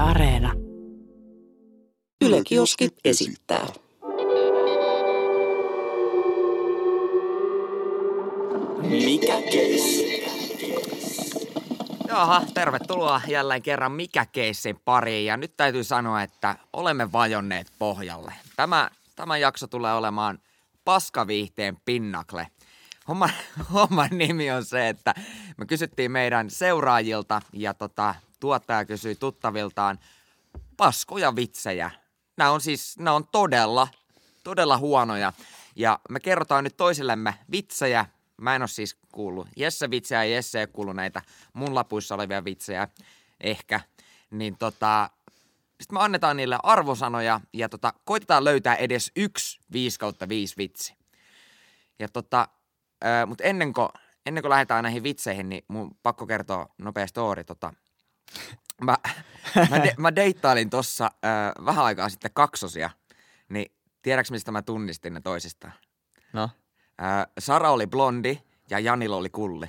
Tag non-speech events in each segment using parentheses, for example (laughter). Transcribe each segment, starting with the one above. Areena. Yle Kioski esittää. Mikä keissi? Jaha, tervetuloa jälleen kerran Mikä keissin pariin. Ja nyt täytyy sanoa, että olemme vajonneet pohjalle. Tämä, tämä jakso tulee olemaan paskaviihteen pinnakle. Homman, (laughs) homman nimi on se, että me kysyttiin meidän seuraajilta ja tota, tuottaja kysyi tuttaviltaan paskoja vitsejä. Nämä on siis, nämä on todella, todella huonoja. Ja me kerrotaan nyt toisillemme vitsejä. Mä en ole siis kuullut Jesse vitsejä ja Jesse ei kuullut näitä mun lapuissa olevia vitsejä ehkä. Niin tota, sitten me annetaan niille arvosanoja ja tota, koitetaan löytää edes yksi 5 kautta 5 vitsi. Ja tota, mutta ennen kuin, ennen kuin lähdetään näihin vitseihin, niin mun pakko kertoa nopea story. Tota, mä, mä, de, mä deittailin tossa ö, vähän aikaa sitten kaksosia, niin tiedäks mistä mä tunnistin ne toisistaan? No. Ö, Sara oli blondi ja Janilla oli kulli.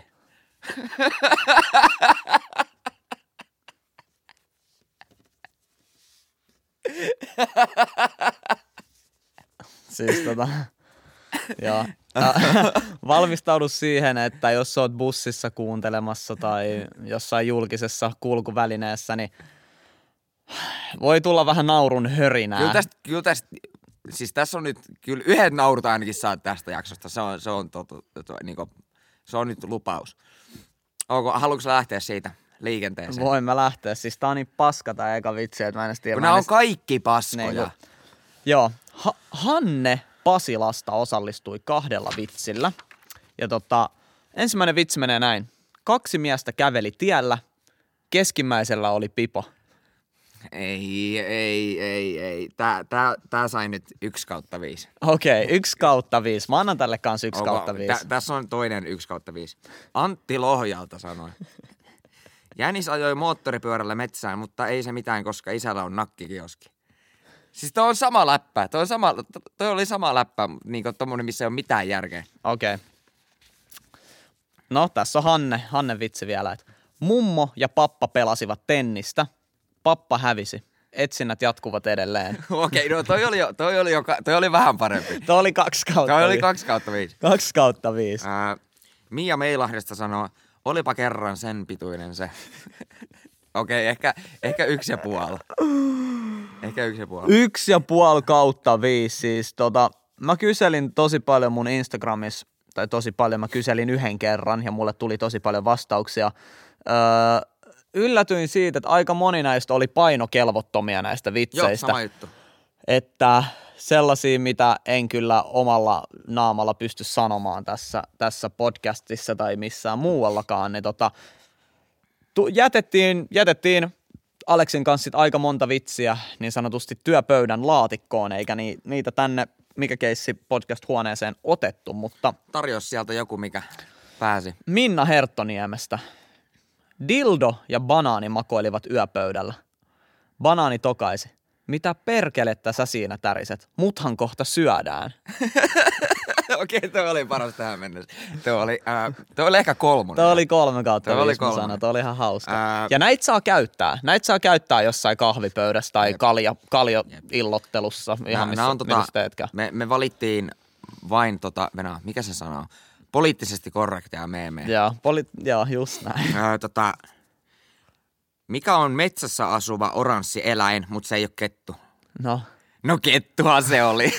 Siis tota, (laughs) (laughs) joo. Ä, (laughs) Valmistaudu siihen, että jos oot bussissa kuuntelemassa tai jossain julkisessa kulkuvälineessä, niin voi tulla vähän naurun hörinää. Kyllä tästä, kyllä tästä, siis tässä on nyt, kyllä yhden naurut ainakin saat tästä jaksosta. Se on, se on, totu, to, niin kuin, se on nyt lupaus. Onko, haluatko sä lähteä siitä liikenteeseen? Voin mä lähteä. Siis tää on niin paska tää eka vitsi, että mä en edes tiedä. Kun mä en nämä on edes- kaikki paskoja. Niin Joo. Ha- Hanne Pasilasta osallistui kahdella vitsillä. Ja tota, ensimmäinen vitsi menee näin. Kaksi miestä käveli tiellä. Keskimmäisellä oli pipo. Ei, ei, ei, ei. Tää, tää, tää sai nyt yksi kautta viisi. Okei, okay, yksi kautta viisi. Mä annan tälle kans yksi kautta Onko- viisi. tä- tässä on toinen 1 kautta 5. Antti Lohjalta sanoi. Jänis ajoi moottoripyörällä metsään, mutta ei se mitään, koska isällä on nakkikioski. Siis toi on sama läppä. Toi, on sama, toi oli sama läppä, niin kuin tommonen, missä ei ole mitään järkeä. (laughs) Okei. Okay. No, tässä on Hanne, Hanne vitsi vielä. Et mummo ja pappa pelasivat tennistä. Pappa hävisi. Etsinnät jatkuvat edelleen. Okei, no toi oli, jo- toi oli, jo, ka- toi oli vähän parempi. Tuo oli kaksi kautta Toi oli viisi. 2 kautta 5. kaksi kautta viisi. Ää, Mia Meilahdesta sanoo, olipa kerran sen pituinen se. Okei, ehkä, ehkä yksi ja puoli. Ehkä yksi ja puoli. Yksi ja puoli kautta viisi. Siis, tota, mä kyselin tosi paljon mun Instagramissa, tai tosi paljon, mä kyselin yhden kerran ja mulle tuli tosi paljon vastauksia. Öö, yllätyin siitä, että aika moni näistä oli painokelvottomia näistä Joo, vitseistä. sama juttu. että sellaisia, mitä en kyllä omalla naamalla pysty sanomaan tässä, tässä podcastissa tai missään muuallakaan, niin tota, tu- jätettiin, jätettiin Aleksin kanssa sit aika monta vitsiä niin sanotusti työpöydän laatikkoon, eikä ni, niitä tänne mikä keissi podcast-huoneeseen otettu, mutta Tarjos sieltä joku, mikä pääsi. Minna Herttoniemestä. Dildo ja banaani makoilivat yöpöydällä. Banaani tokaisi. Mitä perkelettä sä siinä täriset? Muthan kohta syödään. (laughs) No Okei, okay, tuo oli paras tähän mennessä. Tuo oli, äh, tuo oli ehkä kolmonen. Tämä oli kolme kautta Toi oli viisi, mä kolme. sanon. Toi oli ihan hauska. Ää- Ja näitä saa käyttää. Näitä saa käyttää jossain kahvipöydässä tai kalja, kaljaillottelussa. Ihan missä, on tota... missä teetkään. me, me valittiin vain tota, Venä, mikä se sanoo? Poliittisesti korrektia meemejä. Joo, poli- joo, just näin. Äh, tota, mikä on metsässä asuva oranssi eläin, mutta se ei ole kettu? (laughs) No, No kettuhan se oli.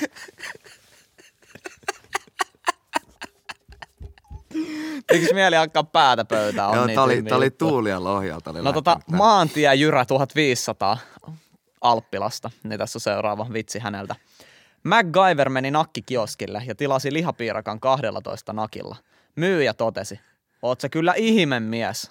tekis mieli alkaa päätä pöytään? (laughs) On Joo, niin tää oli, tyhmiä tää oli juttuja. Tuulia Lohjalta. oli No tota, lähtenyt tää. maantie Jyrä 1500 Alppilasta, niin tässä on seuraava vitsi häneltä. MacGyver meni nakkikioskille ja tilasi lihapiirakan 12 nakilla. Myyjä totesi, oot sä kyllä ihme mies.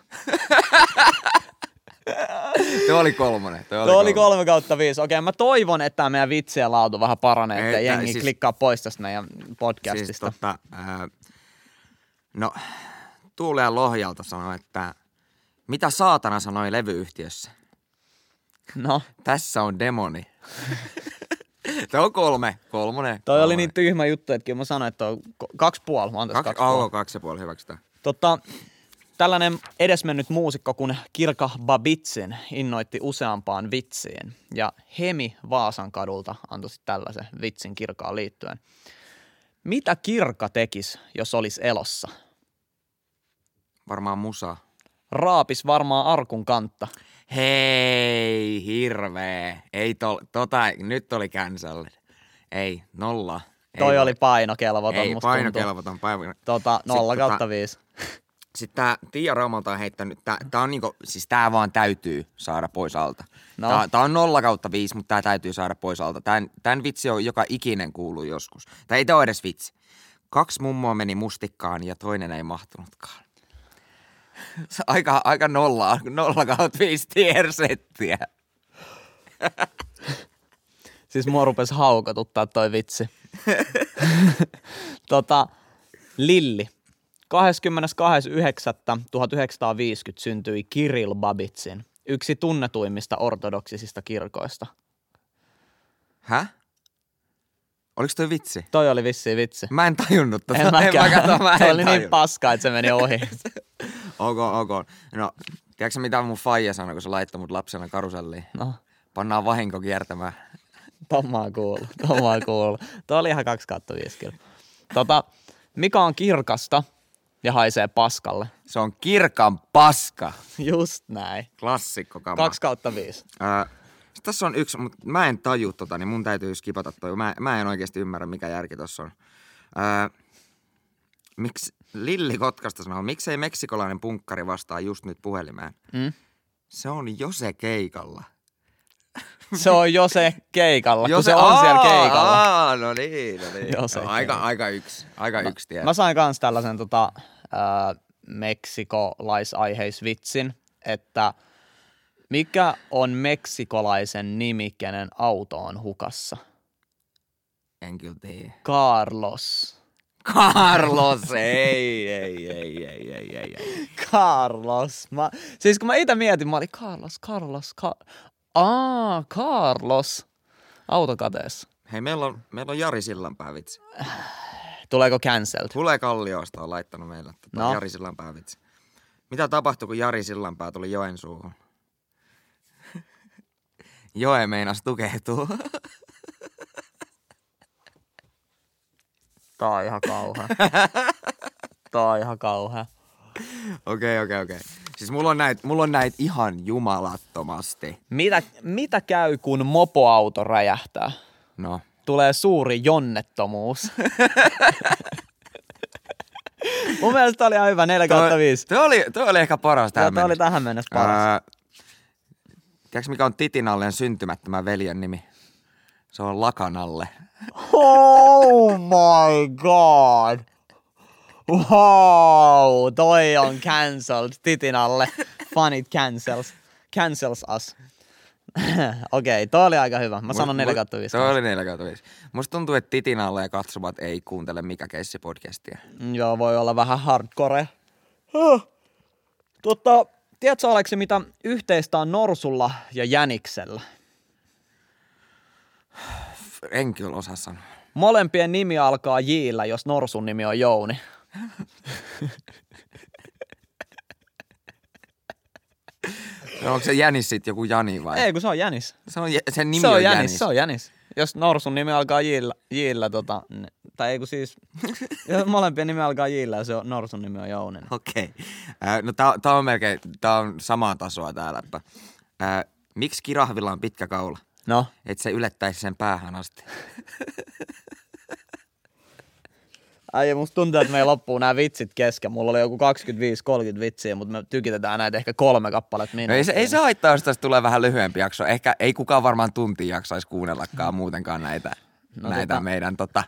Tuo oli kolmonen. Tuo oli, Tuo No, oli 3 kolmonen. kautta 5. Okei, mä toivon, että tämä meidän vitsien laatu vähän paranee, Ei, että tää- jengi siis- siis... klikkaa pois tästä meidän podcastista. Siis tota, ää, no, Tuulea Lohjalta sanoi, että mitä saatana sanoi levyyhtiössä? no, Tässä (laughs) on demoni. Tämä on kolme. Kolmonen. toi oli kolmonen. niin tyhmä juttu, että kyllä mä sanoin, että on ko- kaksi puoli. Mä oon tässä kaksi, kaksi, puoli. kaksi, kaksi ja puoli hyväksytään. Tota, Tällainen edesmennyt muusikko kuin Kirka Babitsin innoitti useampaan vitsiin ja Hemi Vaasan kadulta antoi sit tällaisen vitsin Kirkaan liittyen. Mitä Kirka tekisi, jos olisi elossa? Varmaan musa. Raapis varmaan arkun kantta. Hei, hirveä. Ei tol, tota, nyt oli cancelled. Ei, nolla. Ei Toi voi. oli painokelvoton. Ei, musta tuntuu. painokelvoton paino. Tota, 0 tota- kautta 5. Sitten tää Tiia Raumalta on heittänyt, tää, tää on niinku, siis tää vaan täytyy saada pois alta. No. No. Tää, tää on 0 kautta 5, mutta tää täytyy saada pois alta. Tän, tän vitsi on joka ikinen kuuluu joskus. Tää ei tää ole edes vitsi. Kaksi mummoa meni mustikkaan ja toinen ei mahtunutkaan. (laughs) Se Aika, aika nolla, nolla kautta viisi tiersettiä. Siis mua rupesi haukotuttaa toi (laughs) vitsi. tota, Lilli. 22.9.1950 syntyi Kirill Babitsin, yksi tunnetuimmista ortodoksisista kirkoista. Häh? Oliks toi vitsi? Toi oli vissiin (laughs) vitsi. Mä en tajunnut tota. En mäkään. Mä kato, mä (laughs) en Toi oli niin tajunnut. paska, että se meni ohi. Ok, ok. No, tiedätkö mitä mun faija sanoi, kun se laittoi mut lapsena karuselliin? No, Pannaan vahinko kiertämään. tommaa kuuluu, tommaa kuuluu. Toi oli ihan 2 kautta viisi kyllä. Tota, mikä on kirkasta ja haisee paskalle? Se on kirkan paska. Just näin. Klassikko kama. 2 kautta viisi. Ää, sit tässä on yksi, mutta mä en taju tota, niin mun täytyy skipata toi. Mä, mä en oikeasti ymmärrä, mikä järki tossa on. Ää, miksi Lilli Kotkasta sanoo, miksei meksikolainen punkkari vastaa just nyt puhelimeen? Mm. Se on Jose keikalla. Se on Jose keikalla, Jose, kun se on aa, siellä keikalla. Aa, no niin, no niin. Jose No, aika, keikalla. aika yksi, aika yksi tie. Mä sain kans tällaisen tota, äh, meksikolaisaiheisvitsin, että mikä on meksikolaisen nimi, kenen auto on hukassa? En kyllä tiedä. Carlos. Carlos, ei, ei, ei, ei, ei, ei, ei. Carlos. Mä, siis kun mä itse mietin, mä olin Carlos, Carlos, Car... Aa, Carlos. Autokateessa. Hei, meillä on, meillä on Jari Sillanpää vitsi. Tuleeko cancelled? Tule Kalliosta on laittanut meille tota No. no. Jari Sillanpää vitsi. Mitä tapahtui, kun Jari Sillanpää tuli (laughs) Joensuuhun? Joe meinas tukehtuu. Tää on ihan (laughs) kauhea. Tää on ihan kauhea. (laughs) Okei, okei, okei. Siis mulla on näitä mulla on näit ihan jumalattomasti. Mitä, mitä käy, kun mopoauto räjähtää? No. Tulee suuri (laughs) jonnettomuus. Mun mielestä tää oli ihan hyvä, 4 kautta 5. Tuo oli, toi oli ehkä paras Joo, tähän tää oli mennessä. tähän mennessä paras. Ää, tiedätkö, mikä on Titinallen syntymättömän veljen nimi? Se on Lakanalle. Oh my god! Wow, toi on cancelled titin alle. Funit cancels. Cancels us. (laughs) Okei, okay, toi oli aika hyvä. Mä sanon 4 kautta 5. Tuo oli 4 kautta 5. Musta tuntuu, että Titinalle ja katsomat ei kuuntele Mikä keissi podcastia. Mm, Joo, voi olla vähän hardcore. Huh. Totta, tiedätkö Aleksi, mitä yhteistä on norsulla ja jäniksellä? En kyllä osaa sanoa. Molempien nimi alkaa Jillä, jos norsun nimi on Jouni. No, onko se Jänis sit joku Jani vai? Ei, kun se on jänis. Se on, jä- sen nimi se on jänis, Jänis. se on jänis. Jos norsun nimi alkaa Jillä, Jillä tota, n- tai ei kun (laughs) siis, jos molempien nimi alkaa Jillä ja se on, norsun nimi on niin. Jounen. Okei. Okay. No tää, tää on melkein, tää on samaa tasoa täällä. Että, ää, miksi kirahvilla on pitkä kaula? No, Et se ylettäisi sen päähän asti. äijä, musta tuntuu, että meillä loppuu nämä vitsit kesken. Mulla oli joku 25-30 vitsiä, mutta me tykitetään näitä ehkä kolme kappaletta No minuuttiin. ei, se, ei se haittaa, jos tästä tulee vähän lyhyempi jakso. Ehkä ei kukaan varmaan tunti jaksaisi kuunnellakaan muutenkaan näitä, No no, näitä tota- tota... meidän tota,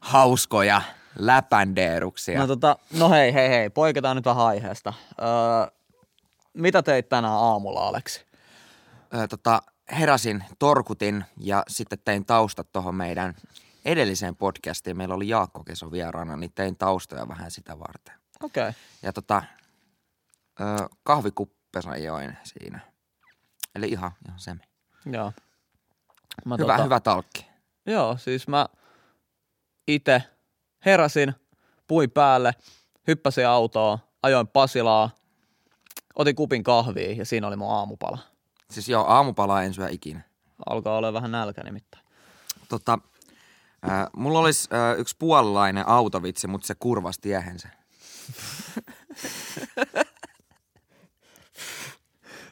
hauskoja läpändeeruksia. No, No, tota, no hei, hei, hei, poiketaan nyt vähän aiheesta. Öö, mitä teit tänään aamulla, Aleksi? Ö, tota, heräsin, torkutin ja sitten tein taustat tuohon meidän edelliseen podcastiin. Meillä oli Jaakko Keso vieraana, niin tein taustoja vähän sitä varten. Okei. Okay. Ja tota, ö, kahvikuppensa join siinä. Eli ihan, ihan se. Joo. Mä tota- Hyvä, hyvä talkki. Joo, siis mä itse heräsin, pui päälle, hyppäsin autoon, ajoin Pasilaa, otin kupin kahvia ja siinä oli mun aamupala. Siis joo, aamupalaa en syö ikinä. Alkaa olla vähän nälkä nimittäin. Tota, äh, mulla olisi äh, yksi puolalainen autovitsi, mutta se kurvas tiehensä.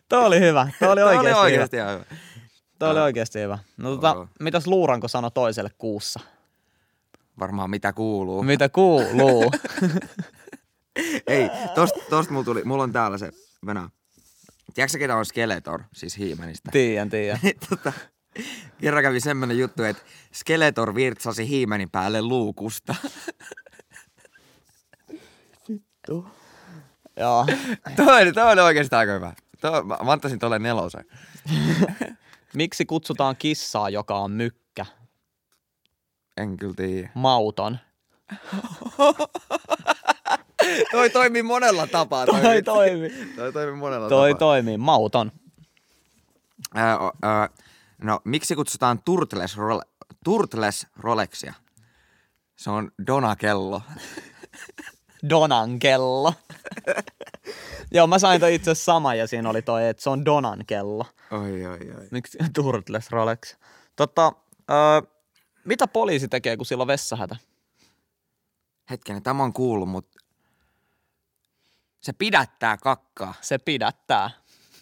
Tuo oli hyvä. Tuo oli Tää oikeasti, oli hyvä. oikeasti ihan hyvä. Tuo oli oikeasti hyvä. No tota, Joo. mitäs Luuranko sanoi toiselle kuussa? Varmaan mitä kuuluu. Mitä kuuluu? Ei, tosta, tosta mulla tuli, mulla on täällä se, Venä. Tiedätkö ketä on Skeletor, siis Hiimenistä? (laughs) tiedän, (laughs) tiedän. tota, kerran kävi semmoinen juttu, että Skeletor virtsasi Hiimenin päälle luukusta. (laughs) Joo. toi, oli, toi oli oikeastaan aika hyvä. Toi, mä, mä antaisin tolle nelosen. Miksi kutsutaan kissaa, joka on mykkä? En kyllä tiedä. Mauton. Toi toimii monella tapaa. Toi Tota toimi. toi toimii monella Toi tapaa. toimii. Mauton. Ää, o- ää, no, miksi kutsutaan Turtles, role, Turtles Rolexia? Se on Dona-kello. Donan (laughs) kello. Joo, mä sain toi itse asiassa sama ja siinä oli toi, että se on Donan kello. Oi, oi, oi. Miksi (laughs) Turtles Rolex? Tota, öö, mitä poliisi tekee, kun sillä on vessahätä? Hetkinen, tämä on kuullut, mutta se pidättää kakkaa. Se pidättää.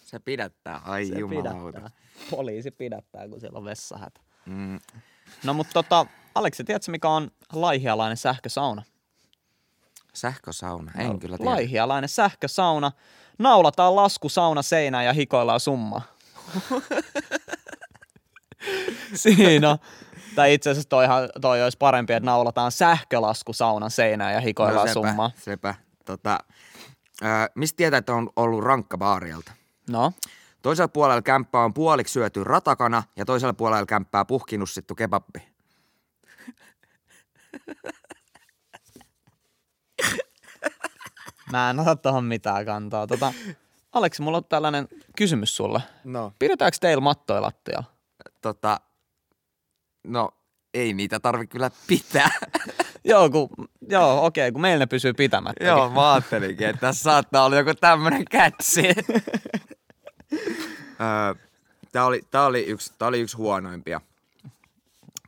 Se pidättää. Ai Se jumalauta. Poliisi pidättää, kun siellä on vessahätä. Mm, No mutta tota, Aleksi, tiedätkö mikä on laihialainen sähkösauna? sähkösauna. En kyllä tiedä. Laihialainen sähkösauna. Naulataan lasku sauna seinään ja hikoillaan summa. (laughs) Siinä. Tai itse asiassa toihan, toi olisi parempi, että naulataan sähkölasku saunan seinään ja hikoillaan no, sepä, summa. sepä. Tota, ää, mistä tietää, että on ollut rankka baarilta? No, Toisella puolella kämppää on puoliksi syöty ratakana ja toisella puolella kämppää puhkinussittu kebabbi. mä en ota tuohon mitään kantaa. Tota, Aleksi, mulla on tällainen kysymys sulle. No. Pidetäänkö teillä mattoja lattialla? Tota, no ei niitä tarvi kyllä pitää. Joo, kun, joo okei, kun meillä ne pysyy pitämättä. Joo, mä ajattelinkin, että tässä saattaa olla joku tämmönen (laughs) kätsi. Tämä oli, tää oli, yksi, tää oli yksi huonoimpia.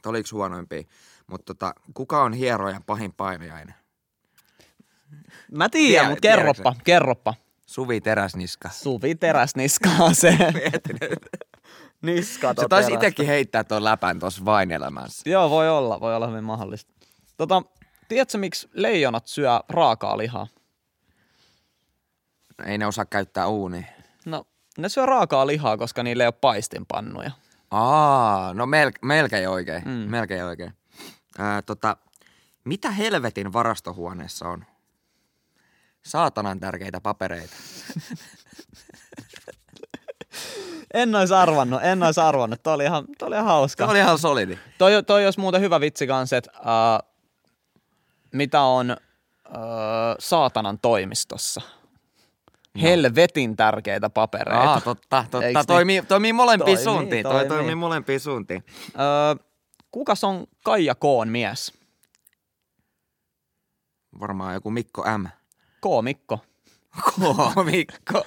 Tämä oli yksi huonoimpia. Mutta tota, kuka on hierojan pahin painajainen? Mä tiedän, Tie- mutta kerroppa, tiedätkö? kerroppa. Suvi Teräsniska. Suvi teräsniskaan (laughs) se. Niska Se taisi itsekin heittää tuon läpän tuossa vain elämässä. Joo, voi olla, voi olla hyvin mahdollista. Tota, tiedätkö miksi leijonat syö raakaa lihaa? Ei ne osaa käyttää uunia. No, ne syö raakaa lihaa, koska niillä ei ole paistinpannuja. Aa, no mel- melkein oikein, mm. melkein oikein. Ää, tota, mitä helvetin varastohuoneessa on? Saatanan tärkeitä papereita. En ois arvannut, en ois arvannut. Toi oli ihan, toi oli ihan hauska. Tämä oli ihan solidi. Toi, toi olisi muuten hyvä vitsi kanssa, että äh, mitä on äh, saatanan toimistossa. No. Helvetin tärkeitä papereita. Aa, totta, Eiks totta. niin? Toimii, toimii molempiin Toimii, suuntiin. Toi toimii. toimii molempiin suuntiin. Öö, kukas on Kaija Koon mies? Varmaan joku Mikko (laughs) M. Koomikko. Koomikko.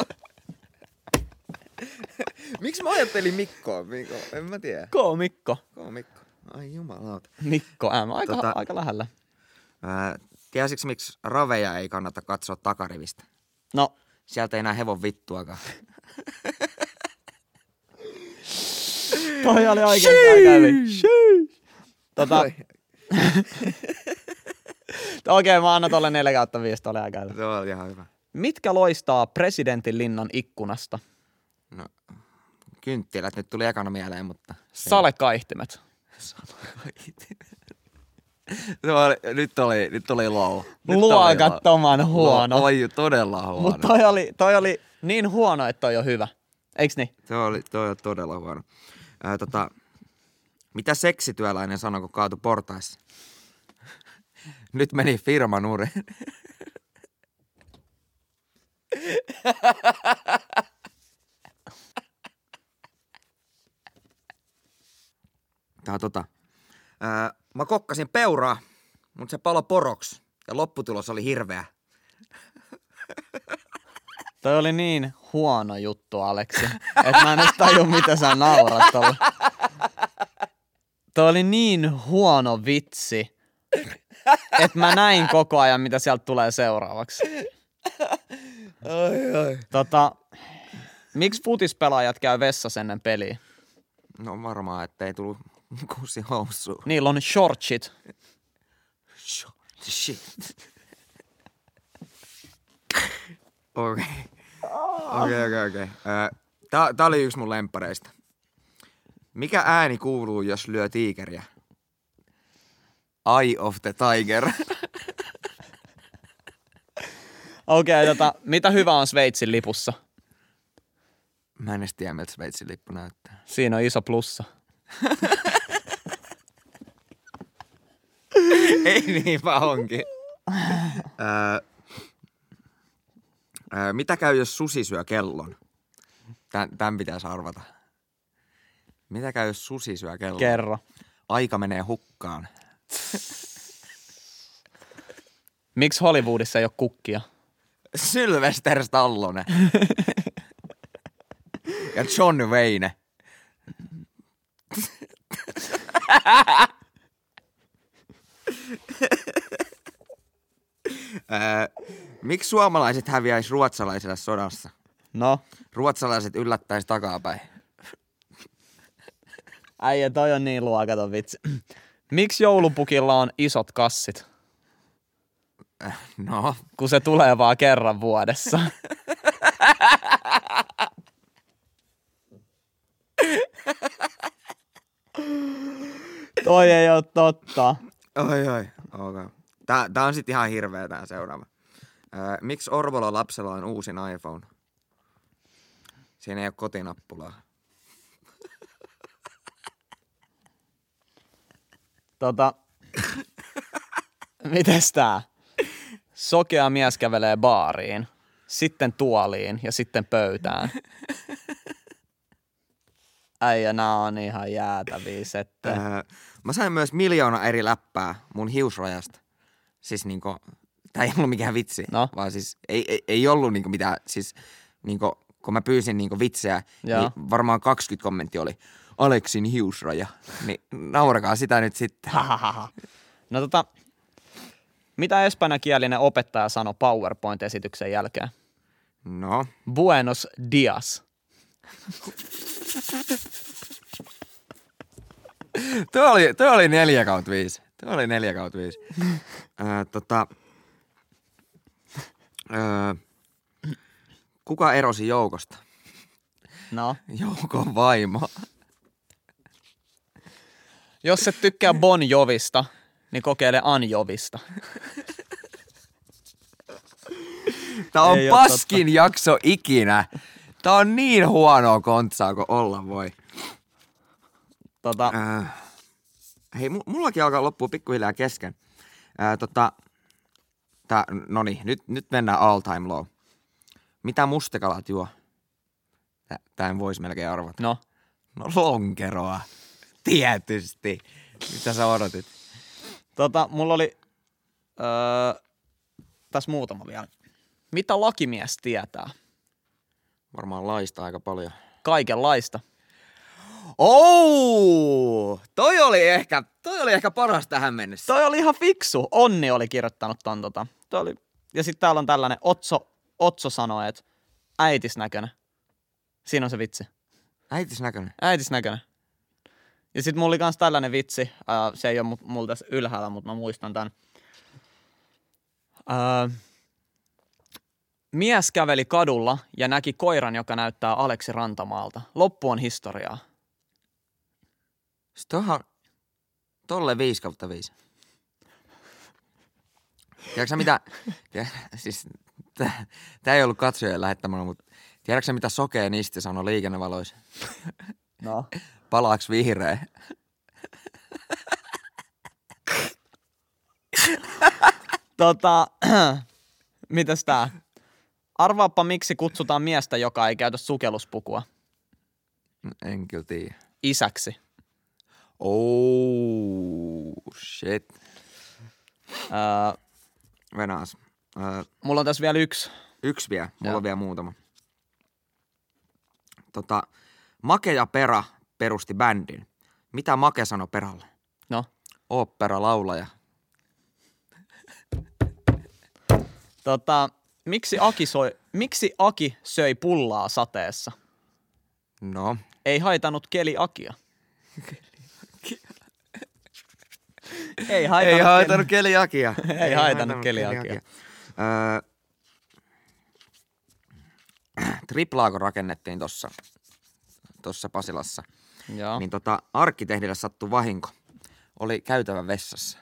(laughs) Miksi mä ajattelin Mikkoa? Mikko? En mä tiedä. Koomikko. Koomikko. Ai jumalauta. Mikko M. Aika, tota... Tota- aika lähellä. Ää, tiesitkö, miksi raveja ei kannata katsoa takarivistä? No, Sieltä ei enää hevon vittuakaan. toi oli oikein kävi. (laughs) Tota, Oi, okei, okay, mä annan tolle 4 kautta 5, toi oli aika hyvä. Se on ihan hyvä. Mitkä loistaa presidentin linnan ikkunasta? No, kynttilät nyt tuli ekana mieleen, mutta... Salekaihtimet. Se oli, nyt oli, nyt oli low. Nyt Luokattoman huono. Lo, oli todella huono. Mutta toi oli, toi oli niin huono, että toi on hyvä. Eiks niin? Se oli, toi oli todella huono. Ää, tota, mitä seksityöläinen sanoi, kun kaatu portaissa? Nyt meni firma nurin. Tää on tota. Ää, mä kokkasin peuraa, mutta se palo poroksi ja lopputulos oli hirveä. Toi oli niin huono juttu, Aleksi, että mä en edes taju, mitä sä naurat tolle. Toi oli niin huono vitsi, että mä näin koko ajan, mitä sieltä tulee seuraavaksi. Ai, ai. Tota, miksi futispelaajat käy vessassa ennen peliä? No varmaan, ettei tullut kuusi housuun. Niillä on shortsit. Shit. Okei. Okei, okei, okei. Ö, tää- Tää oli yksi mun lemppareista. Mikä ääni kuuluu, jos lyö tiikeriä? Eye of the tiger. (laughs) Okei, okay, tota, mitä hyvä on Sveitsin lipussa? Mä en edes tiedä, miltä Sveitsin lippu näyttää. Siinä on iso plussa. (laughs) Ei niin, vaan onkin. Ö, ö, mitä käy, jos susi syö kellon? Tän, tän pitäisi arvata. Mitä käy, jos susi syö kellon? Kerro. Aika menee hukkaan. Miksi Hollywoodissa ei ole kukkia? Sylvester (laughs) Stallone. ja John (laughs) Wayne. Öö, Miksi suomalaiset häviäisi ruotsalaiselle sodassa? No, Ruotsalaiset yllättäisi takapäin. äijä, toi on niin luokaton vitsi. Miksi joulupukilla on isot kassit, No, kun se tulee vaan kerran vuodessa? toi ei ole totta. Oi, oi. Okay. Tää, tää on sitten ihan hirveä tää seuraava. Öö, miksi Orvolla lapsella on uusin iPhone? Siinä ei ole kotinappulaa. Tota, mites tää? Sokea mies kävelee baariin, sitten tuoliin ja sitten pöytään. Äijä, nää on ihan jäätäviä Öö, settejä. mä sain myös miljoona eri läppää mun hiusrajasta. Siis niinku, tää ei ollut mikään vitsi, No. vaan siis ei, ei, ei ollut niinku mitään, siis niinku, kun mä pyysin niinku vitsejä, Joo. niin varmaan 20 kommentti oli Aleksin hiusraja. Niin naurakaa sitä nyt sitten. Hahaha. No tota, mitä espanjakielinen opettaja sanoi PowerPoint-esityksen jälkeen? No. Buenos dias. Tuo oli, tuo oli 4 kautta 5. Tuo oli 4 kautta (laughs) 5. Öö, tota, öö, kuka erosi joukosta? No. Joukon vaimo. Jos et tykkää Bon Jovista, niin kokeile Anjovista. Tää on Ei oo paskin jakso ikinä. Tää on niin huonoa kontsaa kuin olla voi. Tota, Öö, hei, mu- mullakin alkaa loppua pikkuhiljaa kesken. Öö, tota, tää, no niin, nyt, nyt mennään all time low. Mitä mustekalat juo? Tää- Tää en voisi melkein arvata. no. No lonkeroa. Tietysti. Mitä sä odotit? Tota, mulla oli... Öö, tässä muutama vielä. Mitä lakimies tietää? Varmaan laista aika paljon. Kaikenlaista. Oh! Toi oli ehkä, toi oli ehkä paras tähän mennessä. Toi oli ihan fiksu. Onni oli kirjoittanut ton tota. Toi oli... Ja sitten täällä on tällainen Otso, Otso sanoi, että äitisnäköinen. Siinä on se vitsi. Äitisnäköinen. Äitisnäköinen. Ja sitten mulla oli kans tällainen vitsi. Äh, se ei ole mulla tässä ylhäällä, mutta mä muistan tän. Äh, mies käveli kadulla ja näki koiran, joka näyttää Aleksi Rantamaalta. Loppu on historiaa. Tohan, Siis tolle 5 kautta 5. Tiedätkö sä (laughs) mitä, tiedä, siis tää, tää ei ollut katsojen lähettämänä, mutta tiedätkö sä mitä sokea nisti sanoi liikennevaloissa? No. Palaaks vihreä? (laughs) Tota, (clears throat) mitäs tää? Arvaappa, miksi kutsutaan miestä, joka ei käytä sukelluspukua En kyllä tiedä. isäksi. Oh, shit. Öö, Venas. Öö, Äh, mulla on tässä vielä yksi. Yksi vielä, mulla Joo. on vielä muutama. Tota, Make ja Pera perusti bändin. Mitä Make sanoi Peralle? No, Ooppera-laulaja. tota, miksi Aki, soi, miksi Aki söi pullaa sateessa? No, Ei haitanut keli Akia. Ei haitanut, ei keli- haitanut keliakia. Ei haitanut keliakia. Öö, triplaako rakennettiin tuossa tossa Pasilassa, Joo. niin tota, arkkitehdille sattui vahinko. Oli käytävä vessassa.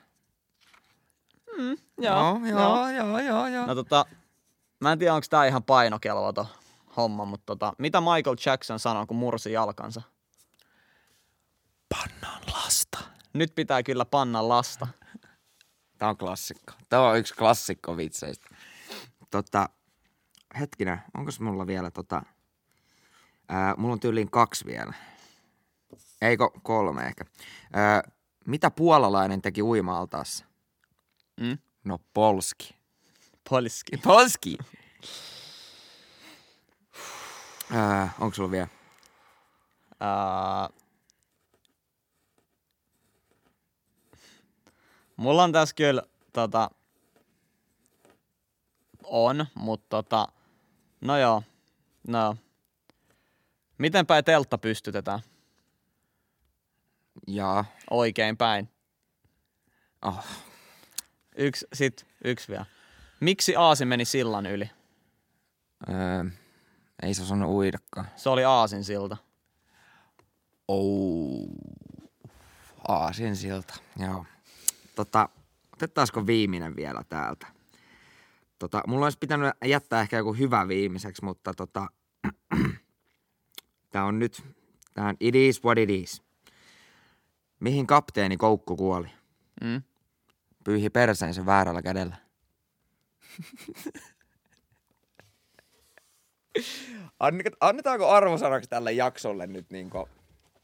No, Joo, joo, joo, joo. joo. No tota, mä en tiedä onko tää ihan painokelvoton homma, mutta tota, mitä Michael Jackson sanoo, kun mursi jalkansa? Pannaan lasta. Nyt pitää kyllä panna lasta. Tämä on klassikko. Tämä on yksi klassikko vitseistä. Tota, hetkinen, onko mulla vielä tota... Ää, mulla on tyyliin kaksi vielä. Eikö kolme ehkä. Ää, mitä puolalainen teki uima-altaassa? Mm? No polski. Polski. Polski! Ää, onko sulla vielä? Ää... Mulla on tässä kyllä tota... On, mutta tota... No joo. No joo. Miten päin teltta pystytetään? Jaa. Oikein päin. Oh. Yksi, sit yksi vielä. Miksi Aasi meni sillan yli? Ää, ei se osannut uidakaan. Se oli Aasin silta. Oh. Aasin silta, joo. Tota, otettaisiko viimeinen vielä täältä? Tota, mulla olisi pitänyt jättää ehkä joku hyvä viimeiseksi, mutta tota, (clears throat) tää on nyt, tää on it is what it is. Mihin kapteeni Koukku kuoli? Mm. Pyyhi perseensä väärällä (laughs) kädellä. Annetaanko arvosanaksi tälle jaksolle nyt niinku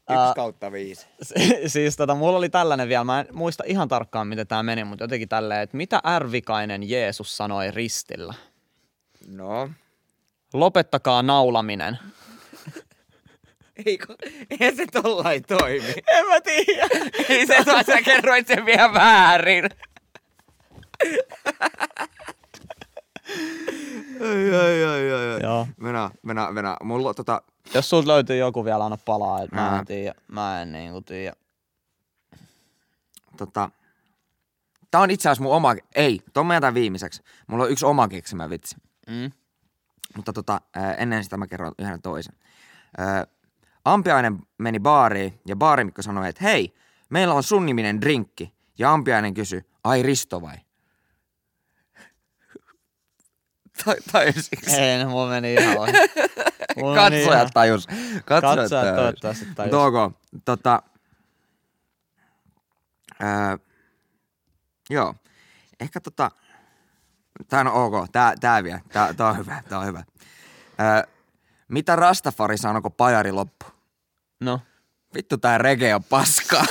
Ää, kautta viisi? (laughs) Si- siis tota, mulla oli tällainen vielä, mä en muista ihan tarkkaan, miten tämä meni, mutta jotenkin tälleen, että mitä ärvikainen Jeesus sanoi ristillä? No. Lopettakaa naulaminen. Eikö? Eihän se tollain toimi. (laughs) En mä tiedä. Ei Niin se, että sä kerroit sen vielä väärin. Ai, ai, ai, ai, ai. Joo. Mennään, mennään, mennään. Mulla on tota... (laughs) Jos sulta löytyy joku vielä, anna palaa, että mä Ää. en tiedä. Mä en niinku tiedä. tota... Tää on itse asiassa mun oma... Ei, ton mä jätän viimeiseksi. Mulla on yksi oma keksimä vitsi. Mm. Mutta tota, ää, ennen sitä mä kerron yhden toisen. Ää, Ampiainen meni baariin ja baarimikko sanoi, että hei, meillä on sun niminen drinkki. Ja Ampiainen kysyi, ai Risto vai? Tai, tai siis Ei, no, mulla meni ihan (laughs) ohi. Mulla meni ihan- katsojat tajus. Katsojat, No niin. Katsojat tajus. toivottavasti tajus. Mut ok, tota, ää, joo, ehkä tota, tää on ok, tää, tää vielä, tää, tää on hyvä, tää on hyvä. Ää, mitä Rastafari sanoi, kun pajari loppu? No. Vittu tää rege on (laughs) paskaa.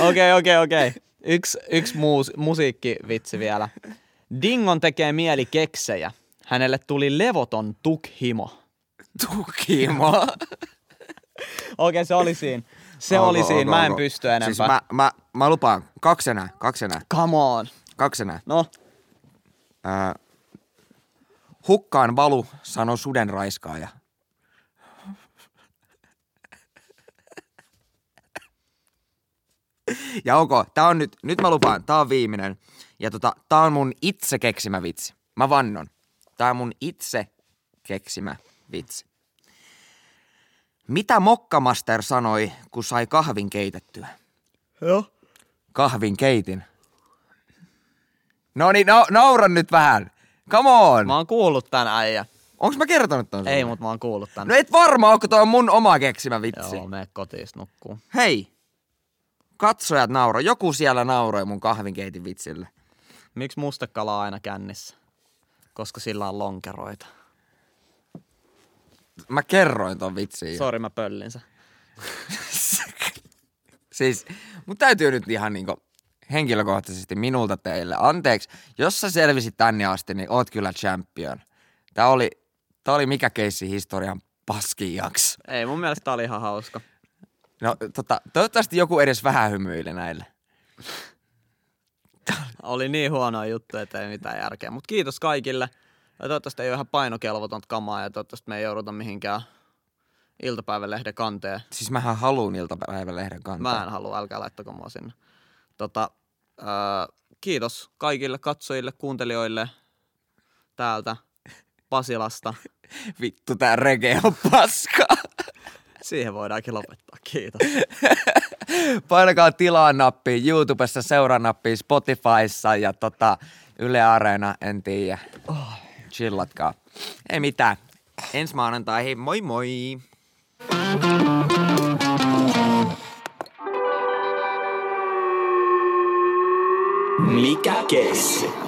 Okei, okei, okei. Yksi, yksi muus, musiikkivitsi vielä. Dingon tekee mieli keksejä. Hänelle tuli levoton tukhimo. Tukimo. Okei, se oli siinä. Se oli siinä. Mä en pysty enempää. Siis mä, mä, mä lupaan, kaksi enää, kaksi enää, Come on. kaksi enää. No, Ää, hukkaan valu, sanoi suden raiskaaja. Ja ok, tää on nyt, nyt mä lupaan, tää on viimeinen. Ja tota, tää on mun itse keksimä vitsi. Mä vannon. Tää on mun itse keksimä vitsi. Mitä Mokkamaster sanoi, kun sai kahvin keitettyä? Joo. Kahvin keitin. No niin, no, naura nyt vähän. Come on. Mä oon kuullut tän äijä. Onks mä kertonut ton Ei, sulle? mut mä oon kuullut tän. No et varmaan, onko toi mun oma keksimä vitsi. Joo, mene kotiin sit nukkuu. Hei, katsojat nauroi. Joku siellä nauroi mun kahvinkeitin vitsille. Miksi mustekala on aina kännissä? Koska sillä on lonkeroita. Mä kerroin ton vitsiin. (laughs) jo. Sori, mä pöllin sen. Siis, mun täytyy nyt ihan niinku henkilökohtaisesti minulta teille. Anteeksi, jos sä selvisit tänne asti, niin oot kyllä champion. Tämä oli, tää oli mikä keissi historian paskin jakso. Ei, mun mielestä tää oli ihan hauska. No tota, toivottavasti joku edes vähän hymyili näille. Oli niin huono juttu, että ei mitään järkeä. Mutta kiitos kaikille. Ja toivottavasti ei ole ihan painokelvotonta kamaa ja toivottavasti me ei jouduta mihinkään iltapäivälehden kanteen. Siis mähän haluun iltapäivälehden kantaa. Mä en halua, älkää laittako mua sinne. Tota, öö, kiitos kaikille katsojille, kuuntelijoille täältä Pasilasta. Vittu, tää rege on paskaa. Siihen voidaankin lopettaa, kiitos. Painakaa tilaa nappi YouTubessa, seuraa nappi Spotifyssa ja tota, Yle Areena, en tiedä. Oh. Chillatkaa. Ei mitään. Ensi maanantaihin, moi moi! Mikä keissi?